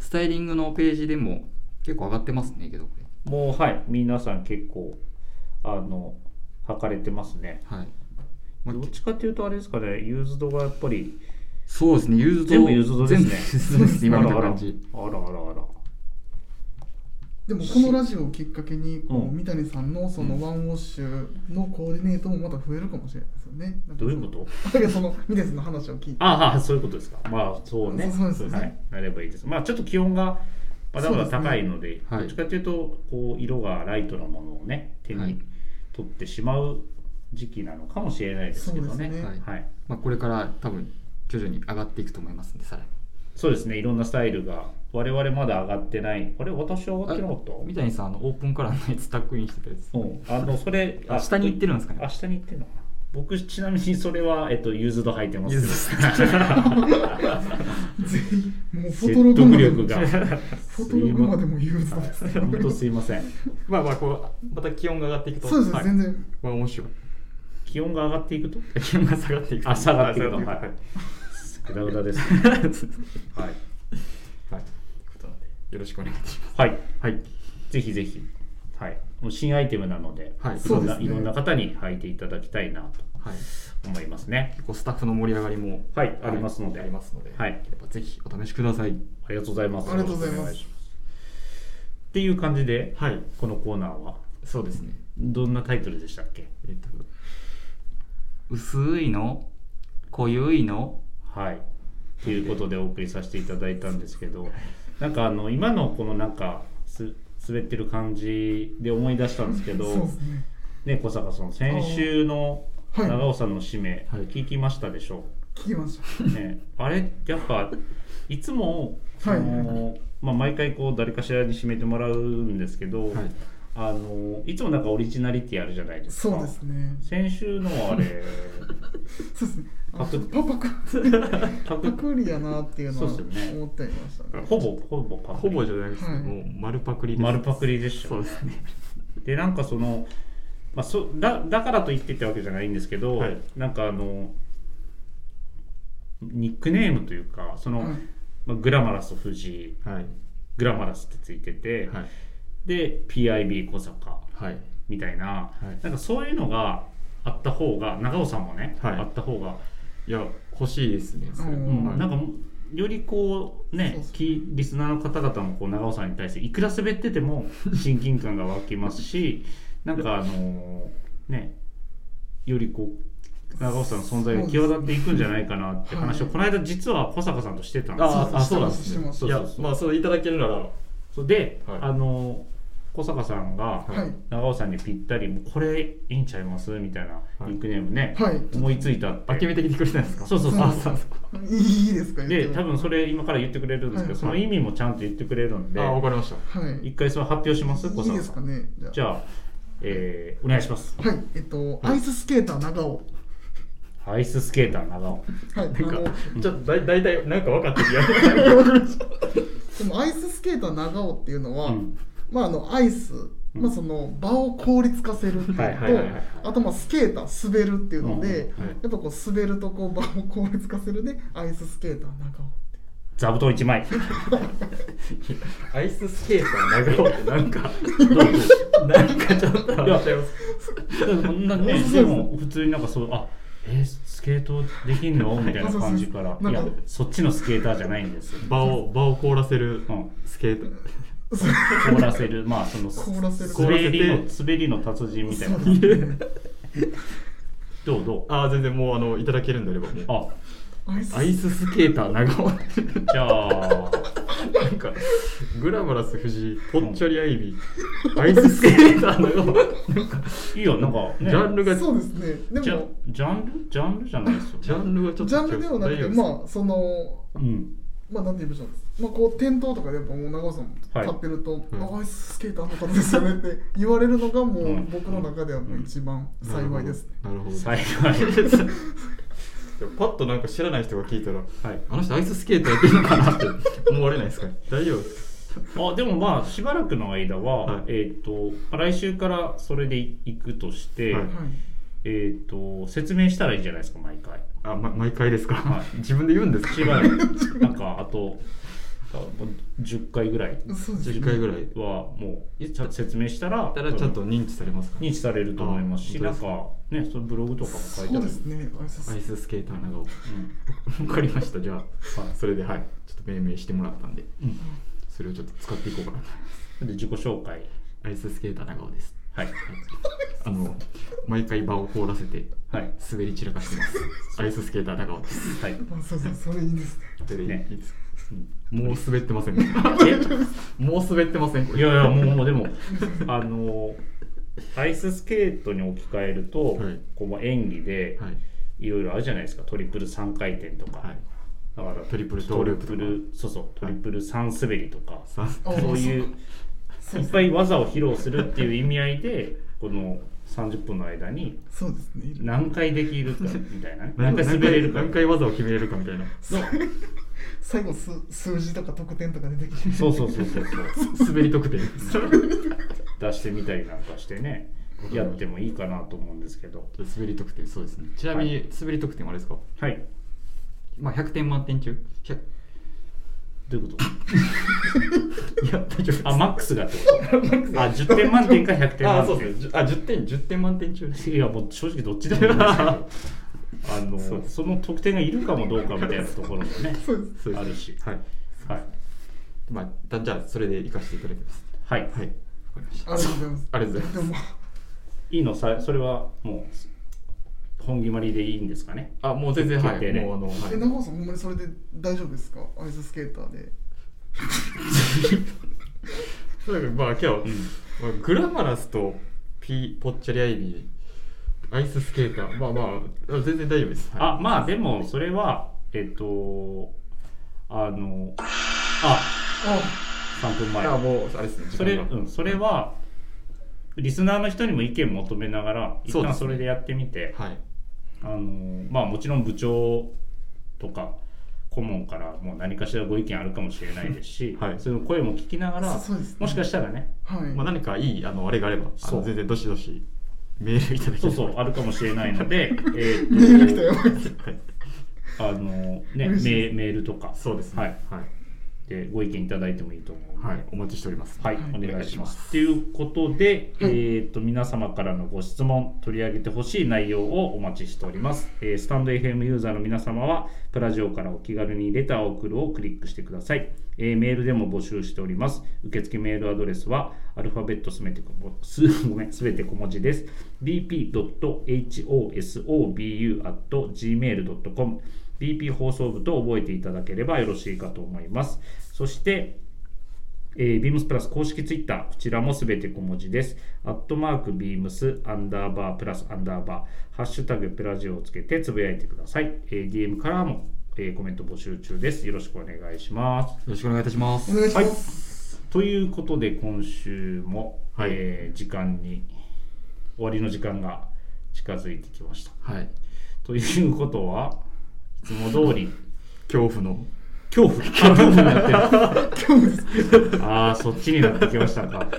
[SPEAKER 2] スタイリングのページでも結構上がってますねけどこれ、
[SPEAKER 1] もう、はい。皆さん結構、あの、履かれてますね。
[SPEAKER 2] はいまあ
[SPEAKER 1] どっちかっていうと、あれですかね、ユーズドがやっぱり、
[SPEAKER 2] そうですねユーズド
[SPEAKER 1] 全部ユーズドですね
[SPEAKER 2] 全部ユーズドですね今見た感じ
[SPEAKER 1] あらあらあらあら。
[SPEAKER 3] でもこのラジオをきっかけにこう、
[SPEAKER 1] うん
[SPEAKER 3] 三谷さんのそのワンウォッシュのコーディネートもまた増えるかもしれないですよ ね。なんか
[SPEAKER 1] どういうこと
[SPEAKER 3] だけどそ の三谷さんの話を聞いて。
[SPEAKER 1] ああ、そういうことですか。まあ、そうね。
[SPEAKER 3] そうそうですね
[SPEAKER 1] はい。なればいいです。まあ、ちょっと気温が、まだまだ高いので、
[SPEAKER 2] すねは
[SPEAKER 1] ど
[SPEAKER 2] い
[SPEAKER 1] っちかというと、こう、色がライトなものをね、手
[SPEAKER 2] はい
[SPEAKER 1] に取ってしまう時期なのかもしれないですけど
[SPEAKER 3] そう
[SPEAKER 1] ね。
[SPEAKER 3] ですね
[SPEAKER 1] はいはい。
[SPEAKER 2] まあ、これから多分徐々に上がっていくと思いますんでさらに
[SPEAKER 1] そうですね、いろんなスタイルが、我々まだ上がってない。あれ、私上がってなかった
[SPEAKER 2] 三谷さんあのオープンカラーのやつタックインしてたやつ
[SPEAKER 1] うん。あの、それ、
[SPEAKER 2] あ下に行ってるんですかね
[SPEAKER 1] あ下に行ってるのかな。僕、ちなみにそれは、えっと、ユーズド履いてます
[SPEAKER 2] ユーズ
[SPEAKER 1] けど。
[SPEAKER 3] ぜひ、もうフ
[SPEAKER 1] 説
[SPEAKER 3] ォトログま
[SPEAKER 1] 得
[SPEAKER 3] で
[SPEAKER 1] 力
[SPEAKER 3] も、
[SPEAKER 1] が。
[SPEAKER 3] フォトログまでもユーズドです ね。
[SPEAKER 1] 本当すいません。
[SPEAKER 2] まあまあこうまた気温が上がっていくと
[SPEAKER 3] そうです、
[SPEAKER 2] はい
[SPEAKER 3] 全然。
[SPEAKER 2] まあ面白い
[SPEAKER 1] 気温が上がっていくと
[SPEAKER 2] 気温が下がっていくと
[SPEAKER 1] あ下がっていくの
[SPEAKER 2] は
[SPEAKER 1] はいい
[SPEAKER 2] はい
[SPEAKER 1] グダグダです、はい、
[SPEAKER 2] はいということなのでよろしくお願いします
[SPEAKER 1] はい、
[SPEAKER 2] はい
[SPEAKER 1] ぜひぜひ、はい、もう新アイテムなので、
[SPEAKER 2] は
[SPEAKER 1] いろん
[SPEAKER 2] い
[SPEAKER 1] な
[SPEAKER 3] そうですね
[SPEAKER 1] いろんな方に履いていただきたいなと
[SPEAKER 2] はい
[SPEAKER 1] 思いますね。
[SPEAKER 2] 結構スタッフの盛り上がりも
[SPEAKER 1] はいありますので
[SPEAKER 2] ありますので
[SPEAKER 1] はい
[SPEAKER 2] ければぜひお試しください
[SPEAKER 1] ありがとうございます。
[SPEAKER 3] ありがとうございます
[SPEAKER 1] よろしくお願しますっていう感じで、
[SPEAKER 2] はい
[SPEAKER 1] このコーナーは
[SPEAKER 2] そうですね
[SPEAKER 1] どんなタイトルでしたっけ？
[SPEAKER 2] えっと薄いの濃ゆいの
[SPEAKER 1] はい。ということでお送りさせていただいたんですけど、なんかあの今のこのなんかす滑ってる感じで思い出したんですけど、
[SPEAKER 3] そうですね。
[SPEAKER 1] ね小坂さん先週の
[SPEAKER 3] あーはい
[SPEAKER 1] 長尾さんの使命、
[SPEAKER 2] はい
[SPEAKER 1] 聞きましたでしょ
[SPEAKER 3] 聞きました。
[SPEAKER 1] う、ね、あれやっぱいつも、
[SPEAKER 3] はい
[SPEAKER 1] あのまあ、毎回こう誰かしらに締めてもらうんですけど、
[SPEAKER 2] はい
[SPEAKER 1] あのいつもなんかオリジナリティあるじゃないですか
[SPEAKER 3] そうですね。
[SPEAKER 1] 先週のあ れ
[SPEAKER 3] そうですね。あ
[SPEAKER 1] パク
[SPEAKER 3] パパク、
[SPEAKER 1] パ
[SPEAKER 3] パ
[SPEAKER 1] ク
[SPEAKER 3] クリやなっていうのは
[SPEAKER 1] そうですよね
[SPEAKER 3] 思っていましたね。
[SPEAKER 1] ほぼほぼパク
[SPEAKER 2] ほ
[SPEAKER 1] リ
[SPEAKER 2] ぼじゃないですけど
[SPEAKER 3] はい
[SPEAKER 2] もう丸パクリです
[SPEAKER 1] 丸パクリでした
[SPEAKER 2] そうですね
[SPEAKER 1] でなんかその、まあ、そだだからと言ってってわけじゃないんですけど、
[SPEAKER 2] はい
[SPEAKER 1] なんかあのニックネームというかその、
[SPEAKER 3] はい
[SPEAKER 1] まあ、グラマラス藤井
[SPEAKER 2] はい
[SPEAKER 1] グラマラスってついてて、
[SPEAKER 2] はい
[SPEAKER 1] で PIB 小坂
[SPEAKER 2] はい
[SPEAKER 1] みたいな、
[SPEAKER 2] はい
[SPEAKER 1] なんかそういうのがあった方が長尾さんもね、
[SPEAKER 2] はい
[SPEAKER 1] あった方が、
[SPEAKER 2] いや欲しいですねそれ
[SPEAKER 3] う
[SPEAKER 1] うんん
[SPEAKER 2] はい
[SPEAKER 1] なんかよりこうね
[SPEAKER 3] そうそう
[SPEAKER 1] きリスナーの方々もこう長尾さんに対していくら滑ってても親近感が湧きますしなんかあのーねよりこう長尾さんの存在が際立っていくんじゃないかなって話を、
[SPEAKER 3] はい
[SPEAKER 1] この間実は小坂さんとしてたんですよ
[SPEAKER 2] ああそうなんで
[SPEAKER 3] し
[SPEAKER 2] す
[SPEAKER 3] て
[SPEAKER 2] ね
[SPEAKER 3] ます
[SPEAKER 1] してます
[SPEAKER 2] いやまあそれいただけるならは
[SPEAKER 1] そうで、
[SPEAKER 2] はい
[SPEAKER 1] あの小坂さんが
[SPEAKER 2] い
[SPEAKER 3] はい。
[SPEAKER 1] 長尾さんにぴったり「もうこれいいんちゃいます?」みたいな
[SPEAKER 2] はい
[SPEAKER 1] ニックネームね、
[SPEAKER 3] はい
[SPEAKER 1] 思いついたって
[SPEAKER 2] あ決めてきてくれたんですか
[SPEAKER 1] そうそうそう
[SPEAKER 2] あそうそう
[SPEAKER 3] いいですか
[SPEAKER 1] で多分そ
[SPEAKER 3] れ。
[SPEAKER 1] れ今から言ってくれるんですけど、
[SPEAKER 3] はい
[SPEAKER 1] その意味もちゃんと言ってくれるんで
[SPEAKER 2] あわかりました
[SPEAKER 3] はい。
[SPEAKER 1] 一回それ発表します小
[SPEAKER 3] いい
[SPEAKER 1] 坂
[SPEAKER 3] です
[SPEAKER 1] さ
[SPEAKER 3] か
[SPEAKER 1] ん
[SPEAKER 3] ね。じゃあ
[SPEAKER 1] じゃあ、えーお願いします
[SPEAKER 3] はい、えっと、アイススケーター長尾。
[SPEAKER 1] アイススケーター長尾
[SPEAKER 3] はい、あの、
[SPEAKER 2] ちょっとだい大体なんか分かってるや
[SPEAKER 3] でもアイススケーター長尾っていうのは、
[SPEAKER 1] うん
[SPEAKER 3] まあ、あの、アイス。
[SPEAKER 1] うん
[SPEAKER 3] まあ、その場を効率化せるっていうのと、
[SPEAKER 1] はいはいはいはい
[SPEAKER 3] あとまあスケーター滑るっていうので、
[SPEAKER 1] うんはい
[SPEAKER 3] やっぱこう滑るとこう場を効率化せるでアイススケーター長尾って
[SPEAKER 1] 座布団一枚
[SPEAKER 2] つ アイススケーター長尾ってなんかなんかちょっと笑っちゃいます
[SPEAKER 1] そんなねでも普通になんかそうあえースケートできんのみたいな感じから
[SPEAKER 3] そうそうそう
[SPEAKER 1] いや
[SPEAKER 3] なんか
[SPEAKER 1] そっちのスケーターじゃないんですよ
[SPEAKER 2] 場を場を凍らせる
[SPEAKER 1] うん
[SPEAKER 2] スケーター
[SPEAKER 1] 凍らせるまあその
[SPEAKER 3] 凍らせる
[SPEAKER 1] 滑り
[SPEAKER 2] 凍
[SPEAKER 1] の
[SPEAKER 2] らせ
[SPEAKER 1] 滑りの達人みたいな
[SPEAKER 3] そうですね
[SPEAKER 1] どうどう
[SPEAKER 2] あー全然もうあのいただけるんであればもう
[SPEAKER 1] あ
[SPEAKER 3] アイス
[SPEAKER 2] アイススケーター長尾って
[SPEAKER 1] じゃあ
[SPEAKER 2] なんかグラマラス藤井ぽっちゃりアイビーアイススケーター長尾なんか
[SPEAKER 1] いいよなんか
[SPEAKER 2] ジ
[SPEAKER 1] ね
[SPEAKER 2] ャンルが
[SPEAKER 3] そうですね
[SPEAKER 1] ジ
[SPEAKER 3] で
[SPEAKER 1] ャ
[SPEAKER 3] も
[SPEAKER 1] ジャンルジャンルじゃないですよ、ね、
[SPEAKER 2] ジャンルはちょっと
[SPEAKER 3] ジャンルではなくて
[SPEAKER 2] 大丈夫です
[SPEAKER 3] まあその
[SPEAKER 1] うん
[SPEAKER 3] まあなんて言うんでしょう、まあ、こう店頭とかでやっぱもう長尾さんも
[SPEAKER 1] はい
[SPEAKER 3] 買ってると、
[SPEAKER 2] うん
[SPEAKER 3] あアイススケーターの方ですよねって言われるのがも
[SPEAKER 1] う
[SPEAKER 3] うん僕の中ではもう一番幸いですね、
[SPEAKER 2] なるほど
[SPEAKER 1] 幸い
[SPEAKER 2] でもパッとなんか知らない人が聞いたら
[SPEAKER 1] はい
[SPEAKER 2] あの人アイススケーターやってるのかなって思われないですか大丈夫です
[SPEAKER 1] あでもまあしばらくの間は、
[SPEAKER 2] はい
[SPEAKER 1] えっ、とまあ来週からそれで行くとして、
[SPEAKER 2] はい
[SPEAKER 1] えっ、と説明したらいいんじゃないですか毎回
[SPEAKER 2] あ、ま、毎回ですか、
[SPEAKER 1] は
[SPEAKER 2] 自分で言うんですか
[SPEAKER 1] しばらくなんかあとあ10回ぐらい
[SPEAKER 3] そうですね
[SPEAKER 2] 10回ぐらいだ
[SPEAKER 1] はもうちゃんと説明したら
[SPEAKER 2] ったらちゃんと認知されますか、
[SPEAKER 1] 認知されると思いますし
[SPEAKER 2] あ
[SPEAKER 1] な
[SPEAKER 2] 本
[SPEAKER 1] んかねそのブログとかも書いて
[SPEAKER 3] そ
[SPEAKER 1] ある
[SPEAKER 3] うですねあれさす
[SPEAKER 2] アイススケーターなどわ
[SPEAKER 1] う
[SPEAKER 2] かりましたじゃあ、
[SPEAKER 1] はい
[SPEAKER 2] それではいちょっと命名してもらったんで
[SPEAKER 1] んうん
[SPEAKER 2] それをちょっと使っていこうかな
[SPEAKER 1] で自己紹介
[SPEAKER 2] アイススケーター長尾です
[SPEAKER 1] はい
[SPEAKER 2] あの毎回場を凍らせて
[SPEAKER 1] はい
[SPEAKER 2] 滑り散らかしてますアイススケーター長尾です
[SPEAKER 1] はい
[SPEAKER 3] あそうそうそれいいですね
[SPEAKER 2] それで
[SPEAKER 1] ね
[SPEAKER 2] いいですもう滑ってませんねもう滑ってませんこ
[SPEAKER 1] い
[SPEAKER 2] れ
[SPEAKER 1] やいやもうもうでも あのアイススケートに置き換えると、
[SPEAKER 2] はい
[SPEAKER 1] こうまあ演技で
[SPEAKER 2] はい、
[SPEAKER 1] いろいろあるじゃないですかトリプル3回転とか、
[SPEAKER 2] はい、
[SPEAKER 1] だから
[SPEAKER 2] トリプルトーループとか
[SPEAKER 1] トリプルそうそうトリプル3滑りとか、
[SPEAKER 2] さ
[SPEAKER 3] あ
[SPEAKER 1] そういう
[SPEAKER 3] そ
[SPEAKER 1] い
[SPEAKER 3] うで
[SPEAKER 1] っ
[SPEAKER 3] す
[SPEAKER 1] ぱい技を披露するっていう意味合いでこの30分の間に
[SPEAKER 3] そうですね
[SPEAKER 1] 何回できるかみたいなね
[SPEAKER 2] 何
[SPEAKER 1] 何
[SPEAKER 2] 回
[SPEAKER 1] 回滑れるか
[SPEAKER 2] 何回技を決めれるかみたいな
[SPEAKER 1] そう
[SPEAKER 3] 最後数数字とか得点とか出てきて
[SPEAKER 1] そうそうそうそうそう
[SPEAKER 2] 滑り得点
[SPEAKER 1] 出してみたりなんかして ねやってもいいかなと思うんですけど
[SPEAKER 2] 滑り得点そうですねちなみ
[SPEAKER 1] は
[SPEAKER 2] に滑り得点はあれですか、
[SPEAKER 1] はい
[SPEAKER 2] まあ、100点満点中100
[SPEAKER 1] どういうこと
[SPEAKER 2] いや大丈夫です
[SPEAKER 1] あ、マックスがってこと。あ、10点満点か100点
[SPEAKER 2] あ
[SPEAKER 1] 満
[SPEAKER 2] そうですねあ10点10点満点中です
[SPEAKER 1] 点。いや、もう正直どっちでもいいんですけど、あの、
[SPEAKER 2] そう
[SPEAKER 1] その得点がいるかもどうかみたいなところもね、
[SPEAKER 3] そうです
[SPEAKER 2] そうで
[SPEAKER 1] あ
[SPEAKER 2] す
[SPEAKER 1] るし。
[SPEAKER 2] はい
[SPEAKER 1] はい。
[SPEAKER 2] まあだじゃあそれで行かせていただきます
[SPEAKER 1] はい。
[SPEAKER 2] はいわかりました
[SPEAKER 3] ありがとうございます
[SPEAKER 2] ありがとうございます
[SPEAKER 3] でも
[SPEAKER 1] いいのさ、それはもう、本決まりでいいんですかね。
[SPEAKER 2] あもう全然はい
[SPEAKER 1] 決定ね
[SPEAKER 2] もうあの、
[SPEAKER 3] え
[SPEAKER 2] は
[SPEAKER 3] 中尾さんほんまにそれで大丈夫ですかアイススケーターで
[SPEAKER 2] い、とにかくまあ今日、まあ、グラマラスとピーポッチャリアイビーアイススケーターまあまああ全然大丈夫です、はい、
[SPEAKER 1] あ、まあでも、それは、えっと、あの、あ、
[SPEAKER 3] あ
[SPEAKER 1] 3分前。
[SPEAKER 2] あもうあれですね時間
[SPEAKER 1] それ、
[SPEAKER 2] が
[SPEAKER 1] うん、それは、リスナーの人にも意見求めながら、一
[SPEAKER 2] そうです
[SPEAKER 1] 旦そ
[SPEAKER 2] ね
[SPEAKER 1] れでやってみて、
[SPEAKER 2] はい
[SPEAKER 1] あのまあもちろん部長とか顧問からもう何かしらご意見あるかもしれないですし、
[SPEAKER 2] はい
[SPEAKER 1] その声も聞きながら
[SPEAKER 3] そうですね
[SPEAKER 1] もしかしたらね
[SPEAKER 3] はい、
[SPEAKER 2] まあ、何かいいあのあれがあればあ
[SPEAKER 1] そ
[SPEAKER 2] の
[SPEAKER 1] う
[SPEAKER 2] 全然どしどしメールいただけ
[SPEAKER 1] そ
[SPEAKER 2] れ
[SPEAKER 1] う
[SPEAKER 2] ば
[SPEAKER 1] そうあるかもしれないの でえー
[SPEAKER 3] メール来たよ
[SPEAKER 2] はい
[SPEAKER 1] あの、ね、メ
[SPEAKER 3] 嬉しいで
[SPEAKER 1] メールとか
[SPEAKER 2] そうですね
[SPEAKER 1] はい
[SPEAKER 2] はい、
[SPEAKER 1] でご意見いただいてもいいと思うので。
[SPEAKER 2] はい、お待ちしております
[SPEAKER 1] はい、
[SPEAKER 3] はい
[SPEAKER 1] お願いし
[SPEAKER 2] お願いし
[SPEAKER 1] ま。
[SPEAKER 2] ますす
[SPEAKER 1] ということで、
[SPEAKER 3] はい
[SPEAKER 1] えっと皆様からのご質問、取り上げてほしい内容をお待ちしております、えースタンド FM ユーザーの皆様は、プラジオからお気軽にレターを送るをクリックしてください。えーメールでも募集しております。受付メールアドレスは、アルファベットすべて小文す ごめんすべて小文字です。bp.hosobu.gmail.com bp 放送部と覚えていただければよろしいかと思います。そして、えー、ビームスプラス公式ツイッター、こちらもすべて小文字です。アットマークビームスアンダーバープラスアンダーバー、ハッシュタグプラジオをつけてつぶやいてください。えー、DM からも、えーコメント募集中です。よろしくお願いします。
[SPEAKER 2] よろしくお願いいたします
[SPEAKER 3] お願いし
[SPEAKER 1] は
[SPEAKER 3] ま
[SPEAKER 1] い
[SPEAKER 3] す、。
[SPEAKER 1] ということで、今週も、
[SPEAKER 2] はい
[SPEAKER 1] えー時間に、終わりの時間が近づいてきました。
[SPEAKER 2] はい
[SPEAKER 1] ということは、いつも通り、
[SPEAKER 2] 恐怖の
[SPEAKER 1] 恐怖、恐怖になってる。
[SPEAKER 3] 今日です
[SPEAKER 1] ああ、そっちになってきましたか。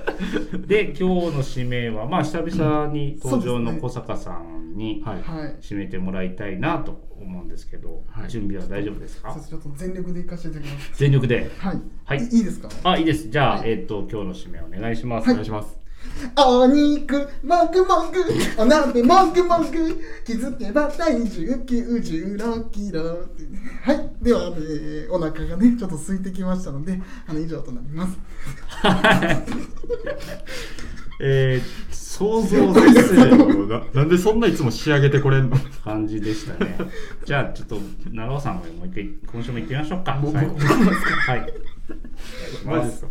[SPEAKER 1] で、今日の指名は、まあ、久々に登場の小坂さんに
[SPEAKER 2] はい
[SPEAKER 3] はい
[SPEAKER 1] 指めてもらいたいなと思うんですけど、
[SPEAKER 2] はい
[SPEAKER 1] 準備は大丈夫ですか
[SPEAKER 3] そうですちょっと全力で行かせていただきます
[SPEAKER 1] 全力で。
[SPEAKER 3] はい、
[SPEAKER 1] はい
[SPEAKER 3] い、いいですか
[SPEAKER 1] あ、いいです。じゃあ、
[SPEAKER 3] はい
[SPEAKER 1] えっと、今日の指名お願いします。
[SPEAKER 2] お願いします、
[SPEAKER 3] お肉、もぐもぐ、お鍋、もぐもぐ、気づけば体重96キロ。はい、では、えーお腹がね、ちょっと空いてきましたので、あの以上となります。
[SPEAKER 1] えー、想像です
[SPEAKER 2] ななんでそんないつも仕上げてこれんの
[SPEAKER 1] 感じでした ね。じゃあ、ちょっと、長尾さんももう一回、今週も行ってみましょうか。
[SPEAKER 2] もう
[SPEAKER 1] 最後
[SPEAKER 2] もう
[SPEAKER 1] はい。お願いします
[SPEAKER 2] か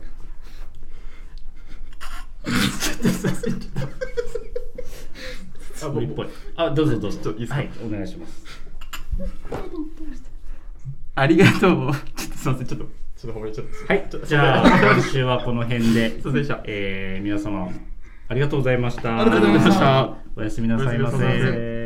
[SPEAKER 1] あ、無理っぽい。あ、どうぞどう
[SPEAKER 2] ちょ
[SPEAKER 1] ぞ
[SPEAKER 2] っといい。ですか
[SPEAKER 1] はい、お願いします。
[SPEAKER 2] ありがとう ちょっとすいませんちょっとちょっと褒めちゃった
[SPEAKER 1] はい、じゃあ今週はこの辺で、
[SPEAKER 2] すいませんでした。
[SPEAKER 1] えー皆様ありがとうございました。
[SPEAKER 3] ありがとうございました
[SPEAKER 1] おやすみなさいま
[SPEAKER 2] おやすみなさいま
[SPEAKER 1] せ。